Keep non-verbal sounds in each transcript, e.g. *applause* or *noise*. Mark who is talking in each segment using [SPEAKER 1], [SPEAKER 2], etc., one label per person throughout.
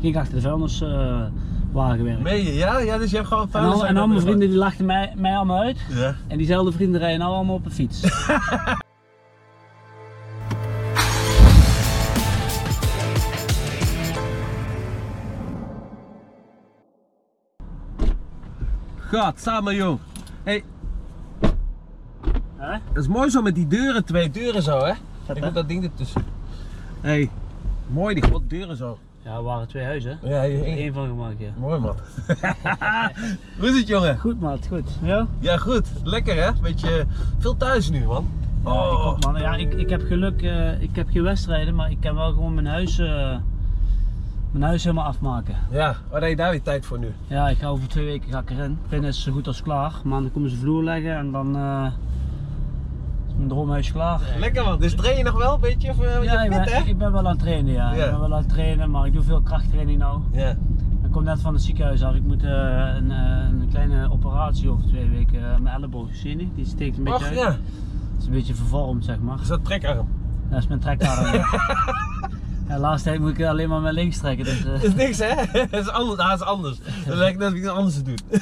[SPEAKER 1] ging achter de vuilniswagen werken.
[SPEAKER 2] Meen je? Ja? ja, dus je hebt gewoon
[SPEAKER 1] en al,
[SPEAKER 2] vuilnis-
[SPEAKER 1] en al mijn vrienden die lachten mij, mij allemaal uit.
[SPEAKER 2] Ja.
[SPEAKER 1] En diezelfde vrienden rijden nou allemaal op een fiets.
[SPEAKER 2] God, samen jong. hey,
[SPEAKER 1] Hè?
[SPEAKER 2] dat is mooi zo met die deuren, twee deuren zo hè. Ik
[SPEAKER 1] hè?
[SPEAKER 2] moet dat ding ertussen. hey, mooi die god deuren zo.
[SPEAKER 1] *laughs* Ja, er waren twee huizen. hè?
[SPEAKER 2] Ja,
[SPEAKER 1] Eén van gemaakt, ja.
[SPEAKER 2] Mooi man. *laughs* Hoe is het jongen?
[SPEAKER 1] Goed maat, goed. Ja?
[SPEAKER 2] Ja goed, lekker hè? Beetje veel thuis nu man. Oh.
[SPEAKER 1] Ja, ik ook, man. Ja, ik, ik heb geluk, eh, ik heb geen wedstrijden, maar ik kan wel gewoon mijn huis, eh, mijn huis helemaal afmaken.
[SPEAKER 2] Ja, waar heb je daar weer tijd voor nu?
[SPEAKER 1] Ja, ik ga over twee weken ga ik erin. Binnen is zo goed als klaar. Maandag komen ze vloer leggen en dan eh, is mijn droomhuis klaar.
[SPEAKER 2] Lekker man, dus train je nog wel een beetje? Of, eh,
[SPEAKER 1] Ja,
[SPEAKER 2] je
[SPEAKER 1] ik
[SPEAKER 2] bent
[SPEAKER 1] ben,
[SPEAKER 2] hè?
[SPEAKER 1] ik ben wel aan het trainen, ja.
[SPEAKER 2] Ja.
[SPEAKER 1] Ik ben wel aan het trainen, maar ik doe veel krachttraining nou.
[SPEAKER 2] Ja.
[SPEAKER 1] Ik kom net van het ziekenhuis af. Ik moet eh, een, eh, een kleine operatie over twee weken. eh, mijn elleboog, zie je niet? Die steekt een beetje
[SPEAKER 2] Ach
[SPEAKER 1] uit.
[SPEAKER 2] ja,
[SPEAKER 1] Het is een beetje vervormd, zeg maar.
[SPEAKER 2] is dat trekarm?
[SPEAKER 1] Dat is mijn trekarm. *laughs* ja. Ja, de laatste tijd moet ik alleen maar met links trekken. Dus, eh,
[SPEAKER 2] Dat is niks hè? *laughs* Dat is anders. Dat is anders. Dat lijkt net of ik iets anders te doen.
[SPEAKER 1] nee.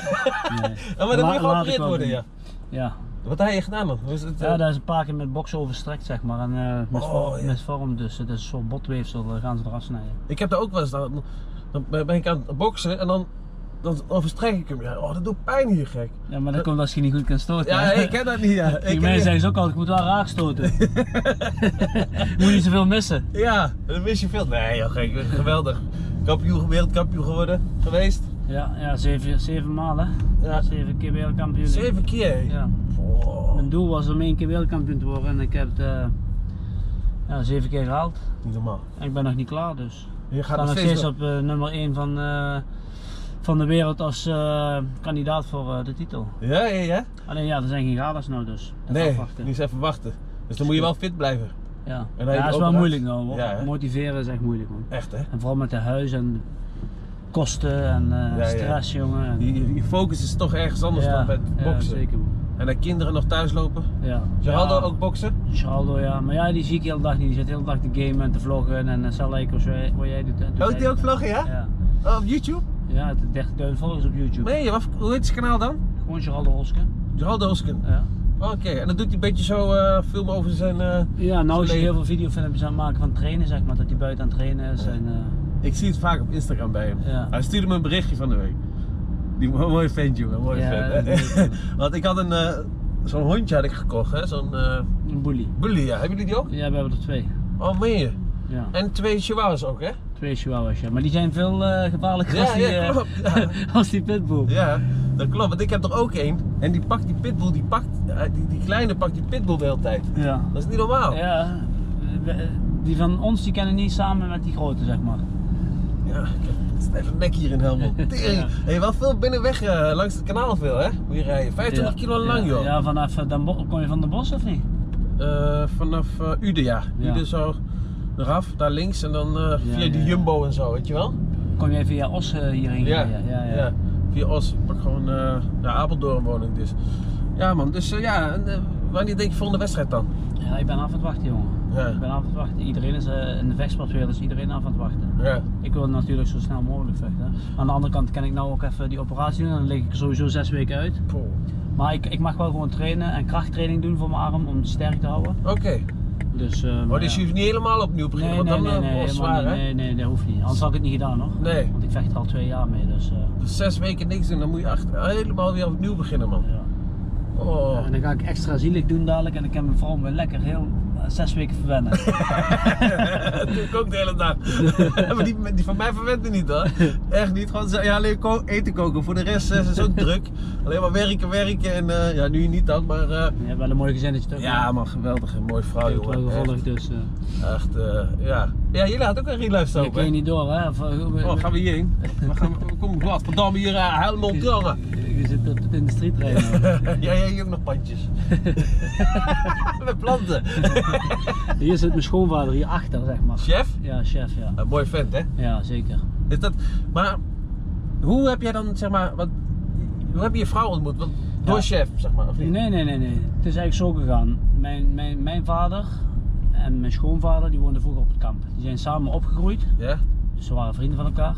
[SPEAKER 2] Ja, maar dan
[SPEAKER 1] La-
[SPEAKER 2] moet
[SPEAKER 1] laat
[SPEAKER 2] je geopereerd
[SPEAKER 1] ik wel
[SPEAKER 2] worden
[SPEAKER 1] doen.
[SPEAKER 2] ja.
[SPEAKER 1] ja.
[SPEAKER 2] Wat heb je gedaan man? Hoe is het, eh,
[SPEAKER 1] ja, daar is een paar keer met boksen overstrekt, zeg maar. En eh misvormd,
[SPEAKER 2] Oh, ja.
[SPEAKER 1] misvormd dus. eh, Dat is zo'n botweefsel, daar gaan ze eraf snijden.
[SPEAKER 2] Ik heb daar ook wel eens, dan, dan ben ik aan het boksen en dan, dan overstrek ik hem. Ja, oh, dat doet pijn hier gek.
[SPEAKER 1] Ja, maar dat komt als je niet goed kan stoten.
[SPEAKER 2] Ja,
[SPEAKER 1] hè?
[SPEAKER 2] ik ken dat niet. Ja,
[SPEAKER 1] Tegen
[SPEAKER 2] ik
[SPEAKER 1] mij
[SPEAKER 2] ken
[SPEAKER 1] zijn ze ook altijd, ik moet wel raak *laughs* stoten. moet niet zoveel missen.
[SPEAKER 2] ja dan wist je veel. Nee, joh, gek, geweldig. Kampioen, wereldkampioen geworden, geweest.
[SPEAKER 1] Ja, ja zeven, zeven maal hè.
[SPEAKER 2] Ja,
[SPEAKER 1] Zeven keer wereldkampioen.
[SPEAKER 2] zeven keer.
[SPEAKER 1] Ja.
[SPEAKER 2] Oh,
[SPEAKER 1] Mijn doel was om één keer wereldkampioen te worden en ik heb het eh, ja, zeven keer gehaald.
[SPEAKER 2] niet normaal.
[SPEAKER 1] En ik ben nog niet klaar dus.
[SPEAKER 2] Je
[SPEAKER 1] Ik
[SPEAKER 2] gaat
[SPEAKER 1] sta
[SPEAKER 2] nog steeds door.
[SPEAKER 1] op eh, nummer 1 van, eh, van de wereld als eh, kandidaat voor eh, de titel.
[SPEAKER 2] Ja, ja, ja.
[SPEAKER 1] Alleen ja, er zijn geen radars nou dus. Dat
[SPEAKER 2] Nee,
[SPEAKER 1] afwachten.
[SPEAKER 2] nu is even wachten. Dus dan moet je wel fit blijven.
[SPEAKER 1] Ja,
[SPEAKER 2] dan
[SPEAKER 1] ja
[SPEAKER 2] heb je
[SPEAKER 1] dat is wel
[SPEAKER 2] operatie.
[SPEAKER 1] moeilijk nou hoor.
[SPEAKER 2] Ja, hè?
[SPEAKER 1] Motiveren is echt moeilijk man.
[SPEAKER 2] Echt hè.
[SPEAKER 1] En vooral met de huis en kosten en eh,
[SPEAKER 2] ja.
[SPEAKER 1] stress jongen. En,
[SPEAKER 2] Je, je focus is toch ergens anders dan bij het
[SPEAKER 1] ja,
[SPEAKER 2] boksen.
[SPEAKER 1] zeker man.
[SPEAKER 2] en dan kinderen nog thuis lopen.
[SPEAKER 1] Ja.
[SPEAKER 2] Geraldo
[SPEAKER 1] Ja.
[SPEAKER 2] ook boksen?
[SPEAKER 1] Geraldo, ja. Maar ja, die zie ik heel de dag niet. Die zit heel de dag te gamen en te vloggen en uh, Salikos, wat wat jij doet. hè. Dus
[SPEAKER 2] Ook Oh, die
[SPEAKER 1] hij-
[SPEAKER 2] ook vloggen, ja?
[SPEAKER 1] Ja.
[SPEAKER 2] Oh, op YouTube?
[SPEAKER 1] Ja, het is 30.000 volgers op YouTube.
[SPEAKER 2] Nee, wat, hoe heet zijn kanaal dan?
[SPEAKER 1] Gewoon Geraldo Hoske.
[SPEAKER 2] Geraldo Hosken.
[SPEAKER 1] Ja.
[SPEAKER 2] Oké, en dan doet hij een beetje zo eh, film over zijn... eh,
[SPEAKER 1] ja, nou is hij
[SPEAKER 2] Leuk.
[SPEAKER 1] heel veel videofilmpjes aan het maken van trainen, zeg maar. Dat hij buiten aan het trainen is. En, eh,
[SPEAKER 2] Ik zie het vaak op Instagram bij hem.
[SPEAKER 1] Ja.
[SPEAKER 2] Hij stuurde me een berichtje van de week. Die mo- mooie vent, jongen. Mooie
[SPEAKER 1] Ja,
[SPEAKER 2] vent.
[SPEAKER 1] dat is
[SPEAKER 2] *laughs* Want ik had een... eh, zo'n hondje had ik gekocht, hè. Zo'n eh
[SPEAKER 1] een bully.
[SPEAKER 2] bully, ja. Hebben jullie die ook?
[SPEAKER 1] Ja, we hebben er twee.
[SPEAKER 2] Oh, meer.
[SPEAKER 1] Ja,
[SPEAKER 2] En twee chihuahuas ook, hè?
[SPEAKER 1] twee chihuahuas, ja. Maar die zijn veel eh, gevaarlijker
[SPEAKER 2] Ja,
[SPEAKER 1] als, die,
[SPEAKER 2] ja,
[SPEAKER 1] eh,
[SPEAKER 2] klopt, ja.
[SPEAKER 1] *laughs* als die pitbull.
[SPEAKER 2] Ja, dat klopt. Want ik heb er ook één. En die pakt die pitbull, die pakt... eh, die, die kleine pakt die pitbull de hele tijd.
[SPEAKER 1] Ja.
[SPEAKER 2] Dat is niet normaal.
[SPEAKER 1] ja. we- Die van ons die kennen niet samen met die grote, zeg maar.
[SPEAKER 2] Ja, ik heb een stijve nek hier in Helmond. Tering.
[SPEAKER 1] *laughs* Ja.
[SPEAKER 2] Hey, wel veel binnenweg eh, langs het kanaal veel, hè? Moet je rijden. 25
[SPEAKER 1] Ja.
[SPEAKER 2] kilo lang,
[SPEAKER 1] ja,
[SPEAKER 2] joh.
[SPEAKER 1] Ja, vanaf eh, Den Bosch. Kom je van de bos of niet?
[SPEAKER 2] Eh, vanaf eh Ude, ja.
[SPEAKER 1] Ja.
[SPEAKER 2] Ude zo eraf, daar links en dan eh,
[SPEAKER 1] Ja,
[SPEAKER 2] via
[SPEAKER 1] ja,
[SPEAKER 2] de
[SPEAKER 1] ja.
[SPEAKER 2] Jumbo en zo, weet je wel?
[SPEAKER 1] Kom jij via Os eh, hierheen? gereden? ja, ja.
[SPEAKER 2] Via Os. Ik pak gewoon eh naar Apeldoorn woon ik dus. Ja, man. Dus eh, ja, en, eh, wanneer denk je volgende wedstrijd dan?
[SPEAKER 1] Ja, ik ben af aan het wachten, jongen.
[SPEAKER 2] Ja.
[SPEAKER 1] Ik ben af aan het wachten. Iedereen is eh, in de vechtsportwereld, is iedereen af aan het wachten.
[SPEAKER 2] Ja.
[SPEAKER 1] Ik wil natuurlijk zo snel mogelijk vechten. Aan de andere kant kan ik nou ook even die operatie doen, dan lig ik er sowieso zes weken uit.
[SPEAKER 2] Poeh.
[SPEAKER 1] Maar ik, ik mag wel gewoon trainen en krachttraining doen voor mijn arm om het sterk te houden.
[SPEAKER 2] Oké.
[SPEAKER 1] Dus, eh, maar
[SPEAKER 2] Maar dus
[SPEAKER 1] ja.
[SPEAKER 2] je hoeft niet helemaal
[SPEAKER 1] Nee,
[SPEAKER 2] opnieuw
[SPEAKER 1] nee,
[SPEAKER 2] beginnen,
[SPEAKER 1] nee,
[SPEAKER 2] want
[SPEAKER 1] nee,
[SPEAKER 2] dan eh, wordt het
[SPEAKER 1] helemaal
[SPEAKER 2] zwaar, hè?
[SPEAKER 1] niet. nee, nee, dat hoeft niet. Anders had ik het niet gedaan hoor.
[SPEAKER 2] Nee.
[SPEAKER 1] Want ik vecht er al twee jaar mee, dus eh,
[SPEAKER 2] Dus zes weken niks doen, dan moet je achter, helemaal weer opnieuw beginnen, man.
[SPEAKER 1] ja.
[SPEAKER 2] Oh.
[SPEAKER 1] En
[SPEAKER 2] *laughs*
[SPEAKER 1] dan ga ik extra zielig doen dadelijk en ik heb mijn vrouw weer lekker heel eh, zes weken
[SPEAKER 2] *laughs*
[SPEAKER 1] verwennen.
[SPEAKER 2] dat doe ik ook de hele
[SPEAKER 1] *laughs*
[SPEAKER 2] dag. maar die, die van mij verwendt me niet hoor. Echt niet. Gewoon zo- ja, alleen ko- eten koken. Voor de rest eh, is het
[SPEAKER 1] *laughs*
[SPEAKER 2] ook druk. Alleen maar werken, werken. En eh, ja, nu niet dan, maar... eh,
[SPEAKER 1] Je hebt wel een mooi gezinnetje toch?
[SPEAKER 2] ja man, geweldig. Een mooie vrouw
[SPEAKER 1] Ik heb het wel
[SPEAKER 2] jongen. Echt,
[SPEAKER 1] gevolgd, dus eh,
[SPEAKER 2] echt, eh, ja. Ja, jullie hadden ook een real life
[SPEAKER 1] ik
[SPEAKER 2] soap hè?
[SPEAKER 1] weet niet door hè. Of, eh,
[SPEAKER 2] Oh, gaan we hierheen? We gaan, we komen glad. Verdamme, hier eh, helemaal op jongen.
[SPEAKER 1] Je zit op het industrieterrein.
[SPEAKER 2] *laughs*
[SPEAKER 1] nou. *laughs*
[SPEAKER 2] Ja, jij ook nog pandjes. *laughs* Met planten.
[SPEAKER 1] Hier zit mijn schoonvader, hier achter zeg maar.
[SPEAKER 2] Chef?
[SPEAKER 1] Ja, chef, ja.
[SPEAKER 2] Een mooi vent hè?
[SPEAKER 1] Ja, zeker.
[SPEAKER 2] Is dat, maar hoe heb jij dan, zeg maar, wat, hoe heb je je vrouw ontmoet? Want, door
[SPEAKER 1] Ja.
[SPEAKER 2] chef, zeg maar, of niet?
[SPEAKER 1] Nee, nee, nee, nee. Het is eigenlijk zo gegaan. Mijn, mijn, mijn vader en mijn schoonvader, die woonden vroeger op het kamp. Die zijn samen opgegroeid.
[SPEAKER 2] Ja?
[SPEAKER 1] Dus we waren vrienden van elkaar.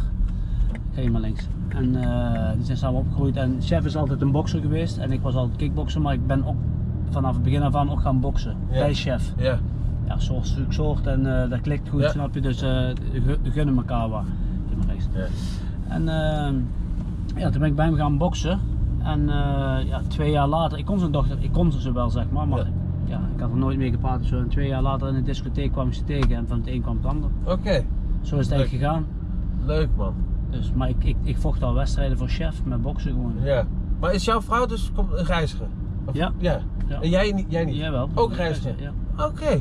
[SPEAKER 1] Ik ging maar links. En eh, die zijn samen opgegroeid. En Chef is altijd een bokser geweest. En ik was altijd kickbokser. Maar ik ben ook vanaf het begin af aan ook gaan boksen.
[SPEAKER 2] Ja.
[SPEAKER 1] Bij Chef.
[SPEAKER 2] Ja.
[SPEAKER 1] Ja, soort zoek soort. En eh, dat klikt goed,
[SPEAKER 2] Ja.
[SPEAKER 1] snap je. Dus eh, gu- gunnen elkaar wat. Geef maar links.
[SPEAKER 2] Ja.
[SPEAKER 1] En ehm, ja, toen ben ik bij hem gaan boksen. En eh, ja, twee jaar later, ik kon zijn dochter, ik kon ze wel zeg maar, maar
[SPEAKER 2] Ja.
[SPEAKER 1] ja. ik had er nooit mee gepraat. of Zo. En twee jaar later in de discotheek kwam ik ze tegen en van het een kwam het ander.
[SPEAKER 2] Oké,
[SPEAKER 1] Zo is het eigenlijk gegaan.
[SPEAKER 2] leuk man.
[SPEAKER 1] Dus, maar ik, ik, ik vocht al wedstrijden voor chef met boksen gewoon.
[SPEAKER 2] Ja. Maar is jouw vrouw dus komt een reiziger? Of-
[SPEAKER 1] Ja.
[SPEAKER 2] ja.
[SPEAKER 1] Ja.
[SPEAKER 2] En jij niet? Jij niet?
[SPEAKER 1] Jij wel.
[SPEAKER 2] Ook reiziger?
[SPEAKER 1] Ja.
[SPEAKER 2] Oké.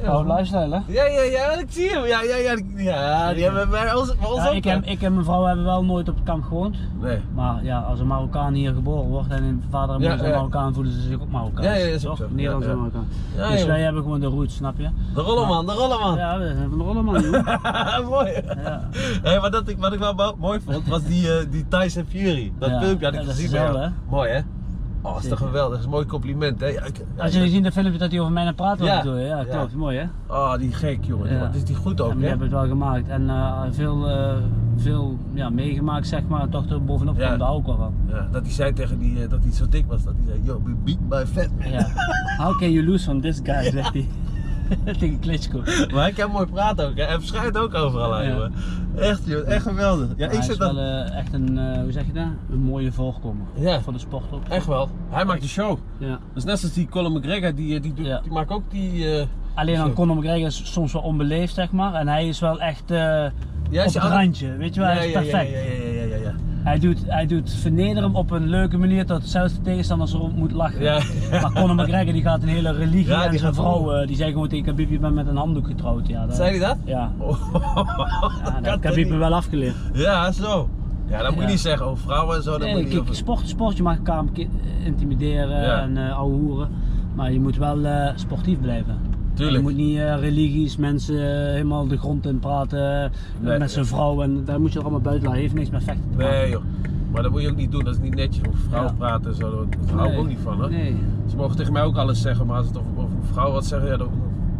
[SPEAKER 2] Ja,
[SPEAKER 1] Oh, lifestyle hè?
[SPEAKER 2] ja, ja, ja, ik zie hem. Ja, ja, ja. die- Ja, die
[SPEAKER 1] Zeker.
[SPEAKER 2] hebben bij ons, bij ons
[SPEAKER 1] Ja,
[SPEAKER 2] ook.
[SPEAKER 1] ik,
[SPEAKER 2] hè?
[SPEAKER 1] en, ik en mijn vrouw hebben wel nooit op het kamp gewoond.
[SPEAKER 2] Nee.
[SPEAKER 1] Maar ja, als een Marokkaan hier geboren wordt en een vader en
[SPEAKER 2] Ja,
[SPEAKER 1] moeder zijn
[SPEAKER 2] ja.
[SPEAKER 1] Marokkaan, voelen ze zich ook Marokkaan.
[SPEAKER 2] Ja, ja, is ook
[SPEAKER 1] Toch?
[SPEAKER 2] zo. Ja,
[SPEAKER 1] Nederlands en
[SPEAKER 2] ja.
[SPEAKER 1] Marokkaan.
[SPEAKER 2] Ja,
[SPEAKER 1] dus
[SPEAKER 2] joh. Ah.
[SPEAKER 1] wij hebben gewoon de roots, snap je?
[SPEAKER 2] De rollenman, de rollenman.
[SPEAKER 1] Ja, we zijn van de rollenman. joh.
[SPEAKER 2] *laughs* Mooi.
[SPEAKER 1] Ja.
[SPEAKER 2] Hey, maar dat ik, wat ik wel mo- mooi vond, was die, eh, die Tyson Fury. Dat
[SPEAKER 1] Ja,
[SPEAKER 2] filmpje had ik
[SPEAKER 1] ja, dat is
[SPEAKER 2] gezien bij jou.
[SPEAKER 1] gezellig,
[SPEAKER 2] Mooi hè? Oh, is toch
[SPEAKER 1] Zeker.
[SPEAKER 2] geweldig. Dat is een mooi compliment hè. Ja, ik- ja,
[SPEAKER 1] Als
[SPEAKER 2] ik-
[SPEAKER 1] jullie zien de filmpje dat hij over mij naar praat was,
[SPEAKER 2] Ja.
[SPEAKER 1] bedoel je? Ja,
[SPEAKER 2] Ja.
[SPEAKER 1] klopt. Mooi hè?
[SPEAKER 2] Oh, die gek jongen.
[SPEAKER 1] Ja.
[SPEAKER 2] Wat is die goed
[SPEAKER 1] en
[SPEAKER 2] ook
[SPEAKER 1] we
[SPEAKER 2] hè?
[SPEAKER 1] hebben het wel gemaakt. En eh, veel, eh, veel ja, meegemaakt zeg maar, en toch er bovenop
[SPEAKER 2] Ja.
[SPEAKER 1] komt, daar hou ik wel van.
[SPEAKER 2] Ja, dat hij zei tegen die, eh, dat hij zo dik was, dat hij zei, yo, be beat by fat man.
[SPEAKER 1] *laughs* Ja. How can you lose from this guy, zegt hij. *laughs* Tegen Klitschko.
[SPEAKER 2] Maar hij kan mooi praten ook hè. En verschijnt ook overal aan
[SPEAKER 1] Ja.
[SPEAKER 2] jongen. Echt jongen, echt geweldig. Ja,
[SPEAKER 1] hij
[SPEAKER 2] ik
[SPEAKER 1] is
[SPEAKER 2] zit
[SPEAKER 1] wel
[SPEAKER 2] dan...
[SPEAKER 1] eh, echt een, eh, hoe zeg je dat? Een mooie voorkomer.
[SPEAKER 2] Ja.
[SPEAKER 1] Voor de sport ook.
[SPEAKER 2] Echt wel. Hij maakt de show.
[SPEAKER 1] Ja.
[SPEAKER 2] Dat is net als die Colin McGregor, die, eh, die, doet-
[SPEAKER 1] Ja.
[SPEAKER 2] die maakt ook die... eh
[SPEAKER 1] Alleen
[SPEAKER 2] Zo.
[SPEAKER 1] dan Conor McGregor is soms wel onbeleefd zeg maar. En hij is wel echt eh,
[SPEAKER 2] ja,
[SPEAKER 1] op
[SPEAKER 2] is
[SPEAKER 1] het
[SPEAKER 2] je andere-
[SPEAKER 1] randje, weet je wel. hij is perfect.
[SPEAKER 2] Ja, ja, ja, ja, ja, ja.
[SPEAKER 1] Hij doet, hij doet vernederen op een leuke manier dat zelfs de tegenstanders erom moet lachen.
[SPEAKER 2] Ja.
[SPEAKER 1] Maar Conor McGregor die gaat een hele religie
[SPEAKER 2] Ja, die
[SPEAKER 1] en zijn
[SPEAKER 2] gaat
[SPEAKER 1] vrouw eh, die zei gewoon tegen Khabib je bent met een handdoek getrouwd. Ja, dat,
[SPEAKER 2] Zei hij dat? *laughs*
[SPEAKER 1] Ja,
[SPEAKER 2] Oh,
[SPEAKER 1] ja dat
[SPEAKER 2] *laughs* kan
[SPEAKER 1] heb Khabib
[SPEAKER 2] toch
[SPEAKER 1] me
[SPEAKER 2] niet?
[SPEAKER 1] wel afgeleerd.
[SPEAKER 2] Ja, zo. Ja, dat moet je
[SPEAKER 1] Ja.
[SPEAKER 2] niet zeggen over vrouwen en zo. Oh, Dat
[SPEAKER 1] Nee,
[SPEAKER 2] moet je niet
[SPEAKER 1] kijk,
[SPEAKER 2] over-
[SPEAKER 1] sport, sport, je mag elkaar ki- intimideren
[SPEAKER 2] Ja.
[SPEAKER 1] en eh ouwe hoeren. Maar je moet wel eh, sportief blijven.
[SPEAKER 2] Tuurlijk.
[SPEAKER 1] Je moet niet eh, religies, mensen eh, helemaal de grond in praten eh,
[SPEAKER 2] Nee,
[SPEAKER 1] met zijn
[SPEAKER 2] ja.
[SPEAKER 1] vrouw. En daar moet je er allemaal buiten laten. Heeft niks met vechten te maken.
[SPEAKER 2] Nee, joh. Maar dat moet je ook niet doen. Dat is niet netjes over vrouwen
[SPEAKER 1] Ja.
[SPEAKER 2] praten en zo. Daar hou ik ook niet van, hè.
[SPEAKER 1] Nee.
[SPEAKER 2] Ze mogen tegen mij ook alles zeggen, maar als het over, over vrouwen wat zeggen, ja, dan,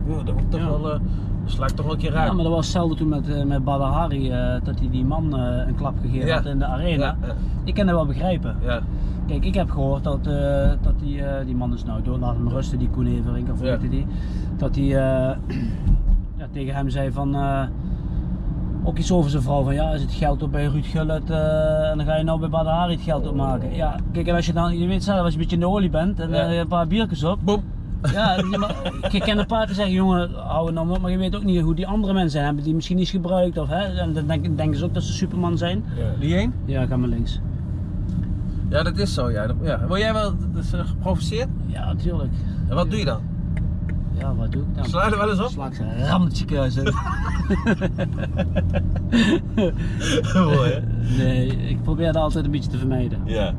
[SPEAKER 2] ja, dan moet ik toch
[SPEAKER 1] Ja.
[SPEAKER 2] wel... eh, dan sla ik toch wel een keer raak.
[SPEAKER 1] Ja, maar dat was hetzelfde toen met, eh, met Badahari, eh, dat hij die man eh, een klap gegeven
[SPEAKER 2] Ja.
[SPEAKER 1] had in de arena.
[SPEAKER 2] Ja, ja.
[SPEAKER 1] Ik kan dat wel begrijpen.
[SPEAKER 2] Ja.
[SPEAKER 1] Kijk, ik heb gehoord dat, eh, dat die, eh, die man is nou door, laat hem rusten, die Koen Everink of hoe
[SPEAKER 2] Ja.
[SPEAKER 1] heette die. Dat hij eh, *clears throat* ja, tegen hem zei van, eh, ook iets over zijn vrouw, van ja, is het geld op bij Ruud Gullit eh, en dan ga je nou bij Badahari het geld opmaken. Ja, kijk, en als je dan, je weet zelf, als je een beetje in de olie bent en
[SPEAKER 2] Ja.
[SPEAKER 1] eh, een paar biertjes op,
[SPEAKER 2] Boom. *laughs*
[SPEAKER 1] ja, ja, maar je kan een paar keer zeggen, jongen, hou het nou op, maar je weet ook niet hoe die andere mensen zijn. Hebben die misschien iets gebruikt of hè? En dan denk- denken ze ook dat ze Superman zijn.
[SPEAKER 2] Ja. Die heen?
[SPEAKER 1] Ja, ga maar links.
[SPEAKER 2] Ja, dat is zo, ja. Dat- ja. Word jij wel dat is, eh, geprovoceerd?
[SPEAKER 1] Ja, tuurlijk.
[SPEAKER 2] En wat doe je dan?
[SPEAKER 1] Ja, wat doe ik dan?
[SPEAKER 2] Sla je er wel eens op?
[SPEAKER 1] Sla ik ze een rammetje kruis
[SPEAKER 2] *laughs*
[SPEAKER 1] in.
[SPEAKER 2] *laughs* Mooi, hè?
[SPEAKER 1] Nee, ik probeer dat altijd een beetje te vermijden.
[SPEAKER 2] Ja.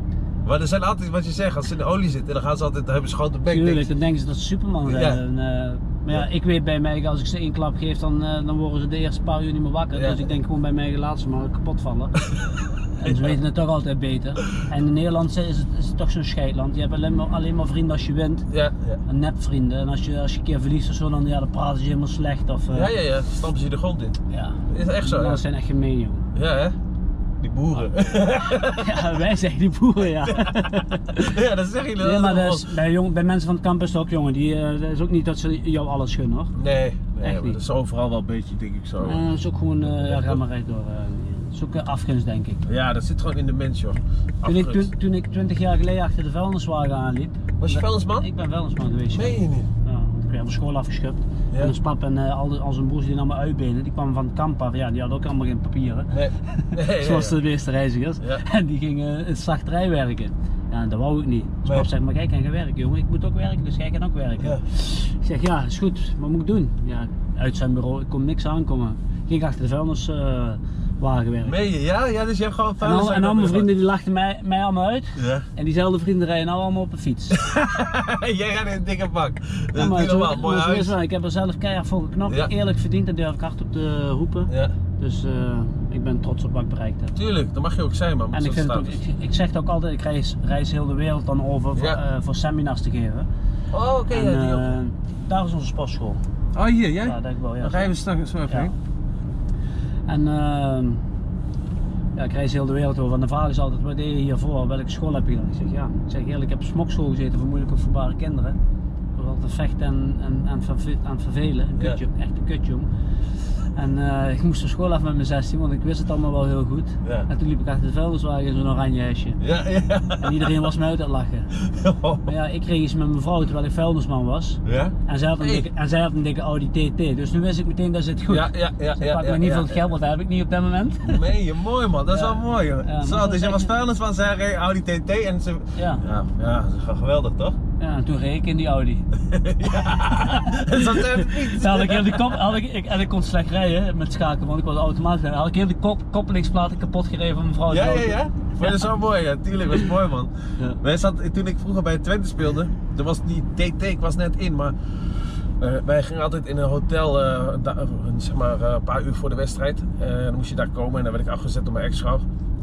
[SPEAKER 2] Maar er zijn altijd wat je zegt, als ze in de olie zitten, dan gaan ze altijd, dan hebben ze grote bek. denk
[SPEAKER 1] Tuurlijk,
[SPEAKER 2] ik.
[SPEAKER 1] dan denken ze dat ze Superman zijn.
[SPEAKER 2] Ja.
[SPEAKER 1] En, eh, maar ja, ik weet bij mij, als ik ze één klap geef, dan, eh, dan worden ze de eerste paar uur niet meer wakker.
[SPEAKER 2] Ja.
[SPEAKER 1] Dus ik denk gewoon bij mij, laat ze maar kapot vallen.
[SPEAKER 2] *laughs*
[SPEAKER 1] en ze weten het toch altijd beter. En in Nederland is het, is het toch zo'n scheidland. Je hebt alleen maar, alleen maar vrienden als je wint.
[SPEAKER 2] Ja, ja.
[SPEAKER 1] En nepvrienden. En als je, als je een keer verliest of zo, dan, ja, dan praten ze je helemaal slecht. Of, eh,
[SPEAKER 2] Ja, ja, ja. Stampen ze je de grond in.
[SPEAKER 1] ja.
[SPEAKER 2] Is echt zo, ja.
[SPEAKER 1] Dat zijn echt gemeen, jongen. *laughs*
[SPEAKER 2] Ja, hè? Die boeren.
[SPEAKER 1] Ja, wij zijn die boeren, ja.
[SPEAKER 2] *laughs* ja, dat zeggen
[SPEAKER 1] Nee,
[SPEAKER 2] jullie dat
[SPEAKER 1] Ah. maar
[SPEAKER 2] allemaal.
[SPEAKER 1] dat is- bij, jong, bij mensen van het kamp is het ook, jongen. Die, eh, dat is ook niet dat ze jou alles gunnen, hoor.
[SPEAKER 2] Nee, nee
[SPEAKER 1] Echt
[SPEAKER 2] maar
[SPEAKER 1] niet.
[SPEAKER 2] dat is overal wel een beetje, denk ik zo.
[SPEAKER 1] Eh, dat is ook gewoon, eh ja, ga maar recht door. eh. dat is ook eh, afgunst, denk ik.
[SPEAKER 2] Ja, dat zit gewoon in de mens, joh.
[SPEAKER 1] Toen ik, dus-
[SPEAKER 2] Afgunst.
[SPEAKER 1] toen, toen ik 20 jaar geleden achter de vuilniswagen aanliep.
[SPEAKER 2] Was je vuilnisman?
[SPEAKER 1] Ik ben vuilnisman geweest. ja.
[SPEAKER 2] Meen je niet?
[SPEAKER 1] Ja, want ik werd van school afgeschupt.
[SPEAKER 2] Ja.
[SPEAKER 1] En ons pap en eh, al, de- al zijn broers die namen uitbenen, die kwamen van het kamp af. Ja, die hadden ook allemaal geen papieren.
[SPEAKER 2] Nee. nee ja,
[SPEAKER 1] *laughs* Zoals
[SPEAKER 2] ja.
[SPEAKER 1] de meeste reizigers.
[SPEAKER 2] Ja.
[SPEAKER 1] *laughs* En die gingen in het slachterij werken. Ja, en dat wou ik niet. Dus
[SPEAKER 2] Nee.
[SPEAKER 1] pap zegt, maar jij kan gaan werken jongen. Ik moet ook werken, dus jij kan ook werken.
[SPEAKER 2] Ja.
[SPEAKER 1] Ik zeg, ja, is goed. Wat moet ik doen? Ja, uit zijn bureau. Ik kon niks aankomen. Ik ging achter de vuilniswagen werken.
[SPEAKER 2] Meen je? Ja? ja, dus je hebt gewoon
[SPEAKER 1] en al,
[SPEAKER 2] vuilnisman.
[SPEAKER 1] en al mijn vrienden die lachten mij, mij allemaal uit.
[SPEAKER 2] Ja. *laughs*
[SPEAKER 1] En diezelfde vrienden rijden nou allemaal op een fiets.
[SPEAKER 2] Jij gaat in een dikke pak. Dat
[SPEAKER 1] Ja,
[SPEAKER 2] is niet
[SPEAKER 1] zo-
[SPEAKER 2] normaal. Mooi
[SPEAKER 1] maar zo is
[SPEAKER 2] huis.
[SPEAKER 1] het wel. Ik heb er zelf keihard voor geknokt.
[SPEAKER 2] Ja.
[SPEAKER 1] Eerlijk verdiend, dat durf ik hard op te roepen.
[SPEAKER 2] Ja,
[SPEAKER 1] Dus eh, ik ben trots op wat ik bereikt heb.
[SPEAKER 2] tuurlijk. Dat mag je ook zijn, man. met
[SPEAKER 1] En ik,
[SPEAKER 2] zo'n
[SPEAKER 1] vind het ook,
[SPEAKER 2] status.
[SPEAKER 1] ik, ik zeg het ook altijd, ik reis, reis heel de wereld dan over voor,
[SPEAKER 2] Ja.
[SPEAKER 1] eh, voor seminars te geven.
[SPEAKER 2] Oh, oké.
[SPEAKER 1] en,
[SPEAKER 2] ja, die ook.
[SPEAKER 1] eh, daar is onze sportschool.
[SPEAKER 2] Oh, hier, jij?
[SPEAKER 1] Ja, denk ik wel. Ja,
[SPEAKER 2] Dan ga je even snel zo even
[SPEAKER 1] Ja.
[SPEAKER 2] heen.
[SPEAKER 1] En ehm ja, ik reis heel de wereld over. En de vraag is altijd, wat deed je hiervoor? Welke school heb je dan? Ik zeg, ja, ik zeg eerlijk, ik heb op smokschool gezeten voor moeilijk opvoedbare kinderen. Ik was altijd vechten en, en, en verve- aan het vervelen. Een
[SPEAKER 2] Ja.
[SPEAKER 1] kutjong, echt een kutjong. En eh, ik moest de school af met mijn 16, want ik wist het allemaal wel heel goed.
[SPEAKER 2] Ja.
[SPEAKER 1] En toen liep ik achter de vuilniswagen in zo'n oranje huisje.
[SPEAKER 2] *laughs* Ja, ja.
[SPEAKER 1] En iedereen was me uit aan het lachen. Maar ja, ik kreeg iets met mijn vrouw terwijl ik vuilnisman was.
[SPEAKER 2] Ja?
[SPEAKER 1] En zij had een,
[SPEAKER 2] Hey.
[SPEAKER 1] dikke, en zij had een dikke Audi TT, dus nu wist ik meteen dat zit goed.
[SPEAKER 2] Ja, ja, ja.
[SPEAKER 1] Ze
[SPEAKER 2] ja,
[SPEAKER 1] pakt
[SPEAKER 2] ja,
[SPEAKER 1] me niet
[SPEAKER 2] ja,
[SPEAKER 1] veel het
[SPEAKER 2] ja.
[SPEAKER 1] geld, want dat heb ik niet op dat moment.
[SPEAKER 2] Nee, je- mooi man, dat is
[SPEAKER 1] Ja.
[SPEAKER 2] wel mooi joh.
[SPEAKER 1] Ja, maar
[SPEAKER 2] Zo,
[SPEAKER 1] dat
[SPEAKER 2] dus
[SPEAKER 1] is
[SPEAKER 2] je was
[SPEAKER 1] echt-
[SPEAKER 2] vuilnisman, zei hey, Audi TT en ze...
[SPEAKER 1] Ja.
[SPEAKER 2] Ja, ja, dat is wel geweldig toch? *laughs*
[SPEAKER 1] ja, en toen reed ik in die Audi.
[SPEAKER 2] Dat
[SPEAKER 1] *laughs*
[SPEAKER 2] zat even niet.
[SPEAKER 1] Toen had ik heel de kop, had ik, ik, en ik kon slecht rijden met schaken, want ik was automatisch. Dan had ik heel de kop, koppelingsplaten kapot gereden van mijn vrouw.
[SPEAKER 2] Ja,
[SPEAKER 1] *laughs*
[SPEAKER 2] ja, ja. Ik vond het zo mooi, ja. Tuurlijk, was mooi, man.
[SPEAKER 1] Oh, Ja.
[SPEAKER 2] Wij zat, toen ik vroeger bij Twente speelde, toen was die TT, ik was net in, maar eh, wij gingen altijd in een hotel, eh, da- een- zeg maar eh, een paar uur voor de wedstrijd. Eh, dan moest je daar komen en dan werd ik afgezet door mijn ex-vrouw.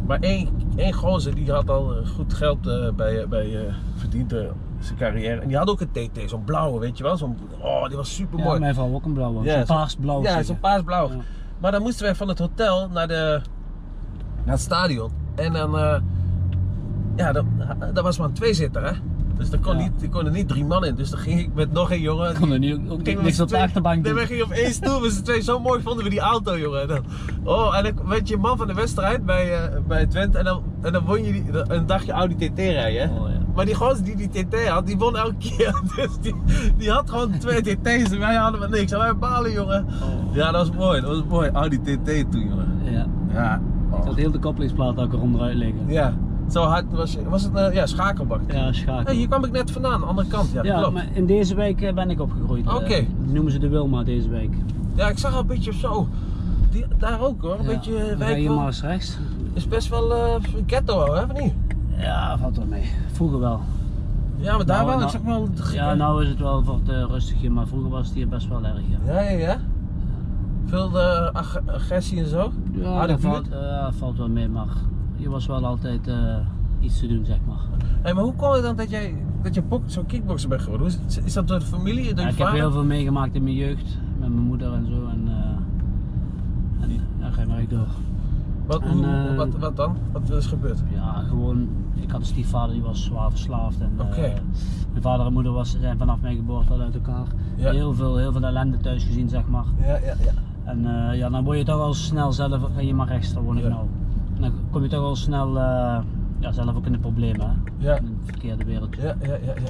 [SPEAKER 2] Maar één, één gozer die had al eh, goed geld eh, bij, eh, bij eh, verdiend eh, zijn carrière. En die had ook een TT, zo'n blauwe, weet je wel. Zo'n, oh, die was super mooi.
[SPEAKER 1] Ja, mijn vrouw ook een blauwe,
[SPEAKER 2] Ja,
[SPEAKER 1] zo'n
[SPEAKER 2] zo'n-
[SPEAKER 1] paarsblauw.
[SPEAKER 2] Ja,
[SPEAKER 1] zeg
[SPEAKER 2] zo'n
[SPEAKER 1] je.
[SPEAKER 2] paarsblauw.
[SPEAKER 1] Ja.
[SPEAKER 2] Maar dan moesten wij van het hotel naar, de, naar het stadion. En dan, eh, ja, dan, dat was maar een tweezitter, hè. Dus daar kon,
[SPEAKER 1] Ja.
[SPEAKER 2] niet, er konden niet drie man in. Dus dan ging ik met nog een jongen.
[SPEAKER 1] Ik kon er nu ook, ook
[SPEAKER 2] Gingen we
[SPEAKER 1] niks
[SPEAKER 2] z'n
[SPEAKER 1] op de
[SPEAKER 2] twee-
[SPEAKER 1] achterbank
[SPEAKER 2] Nee,
[SPEAKER 1] doen.
[SPEAKER 2] we gingen op één stoel met z'n twee. Zo mooi vonden we die auto, jongen. En dan, oh, en dan werd je man van de wedstrijd bij, eh, bij Twente. En dan, en dan won je die, een dagje Audi TT rijden. hè.
[SPEAKER 1] Oh, ja.
[SPEAKER 2] Maar die gozer die die TT had, die won elke keer. *laughs* Dus die, die had gewoon twee TT's en wij hadden maar niks. En wij balen, jongen.
[SPEAKER 1] Oh.
[SPEAKER 2] Ja, dat was mooi. Dat was mooi. Oh, Audi TT toen, jongen.
[SPEAKER 1] Ja,
[SPEAKER 2] Ja.
[SPEAKER 1] ik had heel de koppelingsplaten ook eronder uit liggen.
[SPEAKER 2] Ja. Zo hard was, was het. eh, ja, schakelbak.
[SPEAKER 1] Ja, schaken.
[SPEAKER 2] Hey, hier kwam ik net vandaan, andere kant. Ja,
[SPEAKER 1] Ja,
[SPEAKER 2] klopt.
[SPEAKER 1] maar in deze wijk eh, ben ik opgegroeid. eh.
[SPEAKER 2] Oké.
[SPEAKER 1] noemen ze de Wilma deze wijk.
[SPEAKER 2] Ja, ik zag al een beetje zo. Die, daar ook hoor. Een beetje eh,
[SPEAKER 1] Rij
[SPEAKER 2] wijk
[SPEAKER 1] je
[SPEAKER 2] van-
[SPEAKER 1] Maasrechts?
[SPEAKER 2] is best wel eh, een ghetto, hè, of niet?
[SPEAKER 1] Ja, valt wel mee. Vroeger wel.
[SPEAKER 2] Ja, maar daar
[SPEAKER 1] Nou,
[SPEAKER 2] wel.
[SPEAKER 1] nou-
[SPEAKER 2] ik zag wel.
[SPEAKER 1] Ja, nou is het wel wat eh, rustiger, maar vroeger was het hier best wel erg. Ja,
[SPEAKER 2] Ja, ja, ja. Veel eh, ag- agressie en zo.
[SPEAKER 1] ja
[SPEAKER 2] Harde
[SPEAKER 1] dat
[SPEAKER 2] buurt.
[SPEAKER 1] valt, eh, valt wel mee, maar hier was wel altijd eh, iets te doen, zeg maar.
[SPEAKER 2] Hey, maar hoe kwam het dan dat jij dat je bok- zo'n kickboxer bent geworden? Hoe Is, is dat door de familie? Door
[SPEAKER 1] Ja,
[SPEAKER 2] je
[SPEAKER 1] ik heb
[SPEAKER 2] vader?
[SPEAKER 1] heel veel meegemaakt in mijn jeugd, met mijn moeder en zo. En, eh, en ja, ga je maar echt door.
[SPEAKER 2] Wat,
[SPEAKER 1] en,
[SPEAKER 2] hoe-
[SPEAKER 1] eh,
[SPEAKER 2] wat, wat dan? Wat is gebeurd?
[SPEAKER 1] Ja, gewoon, ik had een stiefvader die was zwaar verslaafd. En, eh,
[SPEAKER 2] Oké.
[SPEAKER 1] mijn vader en moeder was, zijn vanaf mijn geboorte al uit elkaar.
[SPEAKER 2] Ja.
[SPEAKER 1] Heel, veel, heel veel ellende thuis gezien, zeg maar.
[SPEAKER 2] Ja, ja, ja.
[SPEAKER 1] En eh, ja, dan word je toch al snel zelf, en je maar rechts, daar woon ik
[SPEAKER 2] Ja.
[SPEAKER 1] nou. En dan kom je toch al snel eh, ja, zelf ook in de problemen, hè?
[SPEAKER 2] Ja.
[SPEAKER 1] in het verkeerde wereldje.
[SPEAKER 2] Ja, ja, ja. ja. Oké.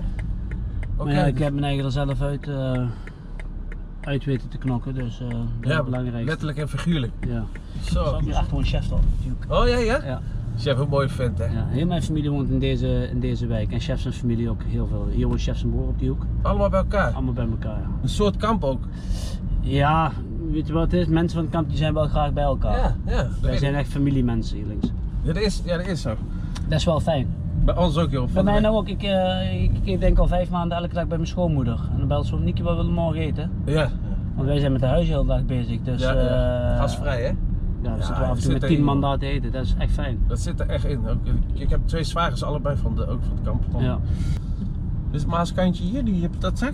[SPEAKER 1] Maar
[SPEAKER 2] dus-
[SPEAKER 1] ja, ik heb mijn eigen er zelf uit, eh, uit weten te knokken, dus eh, dat is
[SPEAKER 2] Ja, Oh, dus-
[SPEAKER 1] het belangrijkste.
[SPEAKER 2] letterlijk en figuurlijk.
[SPEAKER 1] Ja.
[SPEAKER 2] Zo.
[SPEAKER 1] Ook hier achter een chef dan, natuurlijk.
[SPEAKER 2] Oh ja, ja?
[SPEAKER 1] Ja.
[SPEAKER 2] Dus jij hebt een mooie vent, hè?
[SPEAKER 1] Ja, heel mijn familie woont in deze, in deze wijk en chefs en familie ook heel veel. Hier woont chefs en broer op die hoek,
[SPEAKER 2] Allemaal bij elkaar.
[SPEAKER 1] allemaal bij elkaar. Ja,
[SPEAKER 2] Een soort kamp ook.
[SPEAKER 1] ja weet je wat het is? Mensen van het kamp die zijn wel graag bij elkaar.
[SPEAKER 2] Ja, ja. dat weet
[SPEAKER 1] Wij
[SPEAKER 2] ik.
[SPEAKER 1] zijn echt familiemensen hier links.
[SPEAKER 2] Ja, dat is, ja, dat is zo.
[SPEAKER 1] Dat is wel fijn.
[SPEAKER 2] Bij ons ook, joh.
[SPEAKER 1] Bij
[SPEAKER 2] Van de
[SPEAKER 1] mij
[SPEAKER 2] weg.
[SPEAKER 1] nou ook. Ik, eh, ik, ik denk al vijf maanden elke dag bij mijn schoonmoeder. En dan belt ze om Nicky, wat willen we morgen eten?
[SPEAKER 2] Ja.
[SPEAKER 1] Want wij zijn met de huis heel de dag bezig. Dus,
[SPEAKER 2] ja, ja.
[SPEAKER 1] eh,
[SPEAKER 2] Gasvrij, hè?
[SPEAKER 1] Ja, we
[SPEAKER 2] Ja,
[SPEAKER 1] zitten we af en
[SPEAKER 2] dat
[SPEAKER 1] toe
[SPEAKER 2] zit
[SPEAKER 1] met
[SPEAKER 2] er
[SPEAKER 1] tien
[SPEAKER 2] in.
[SPEAKER 1] man daar te eten. Dat is echt fijn.
[SPEAKER 2] Dat zit er echt in. Ook, ik- ik heb twee zwagers, allebei van, de, ook van het kamp.
[SPEAKER 1] Ja.
[SPEAKER 2] Dus Maaskantje hier, die hebt dat zeg?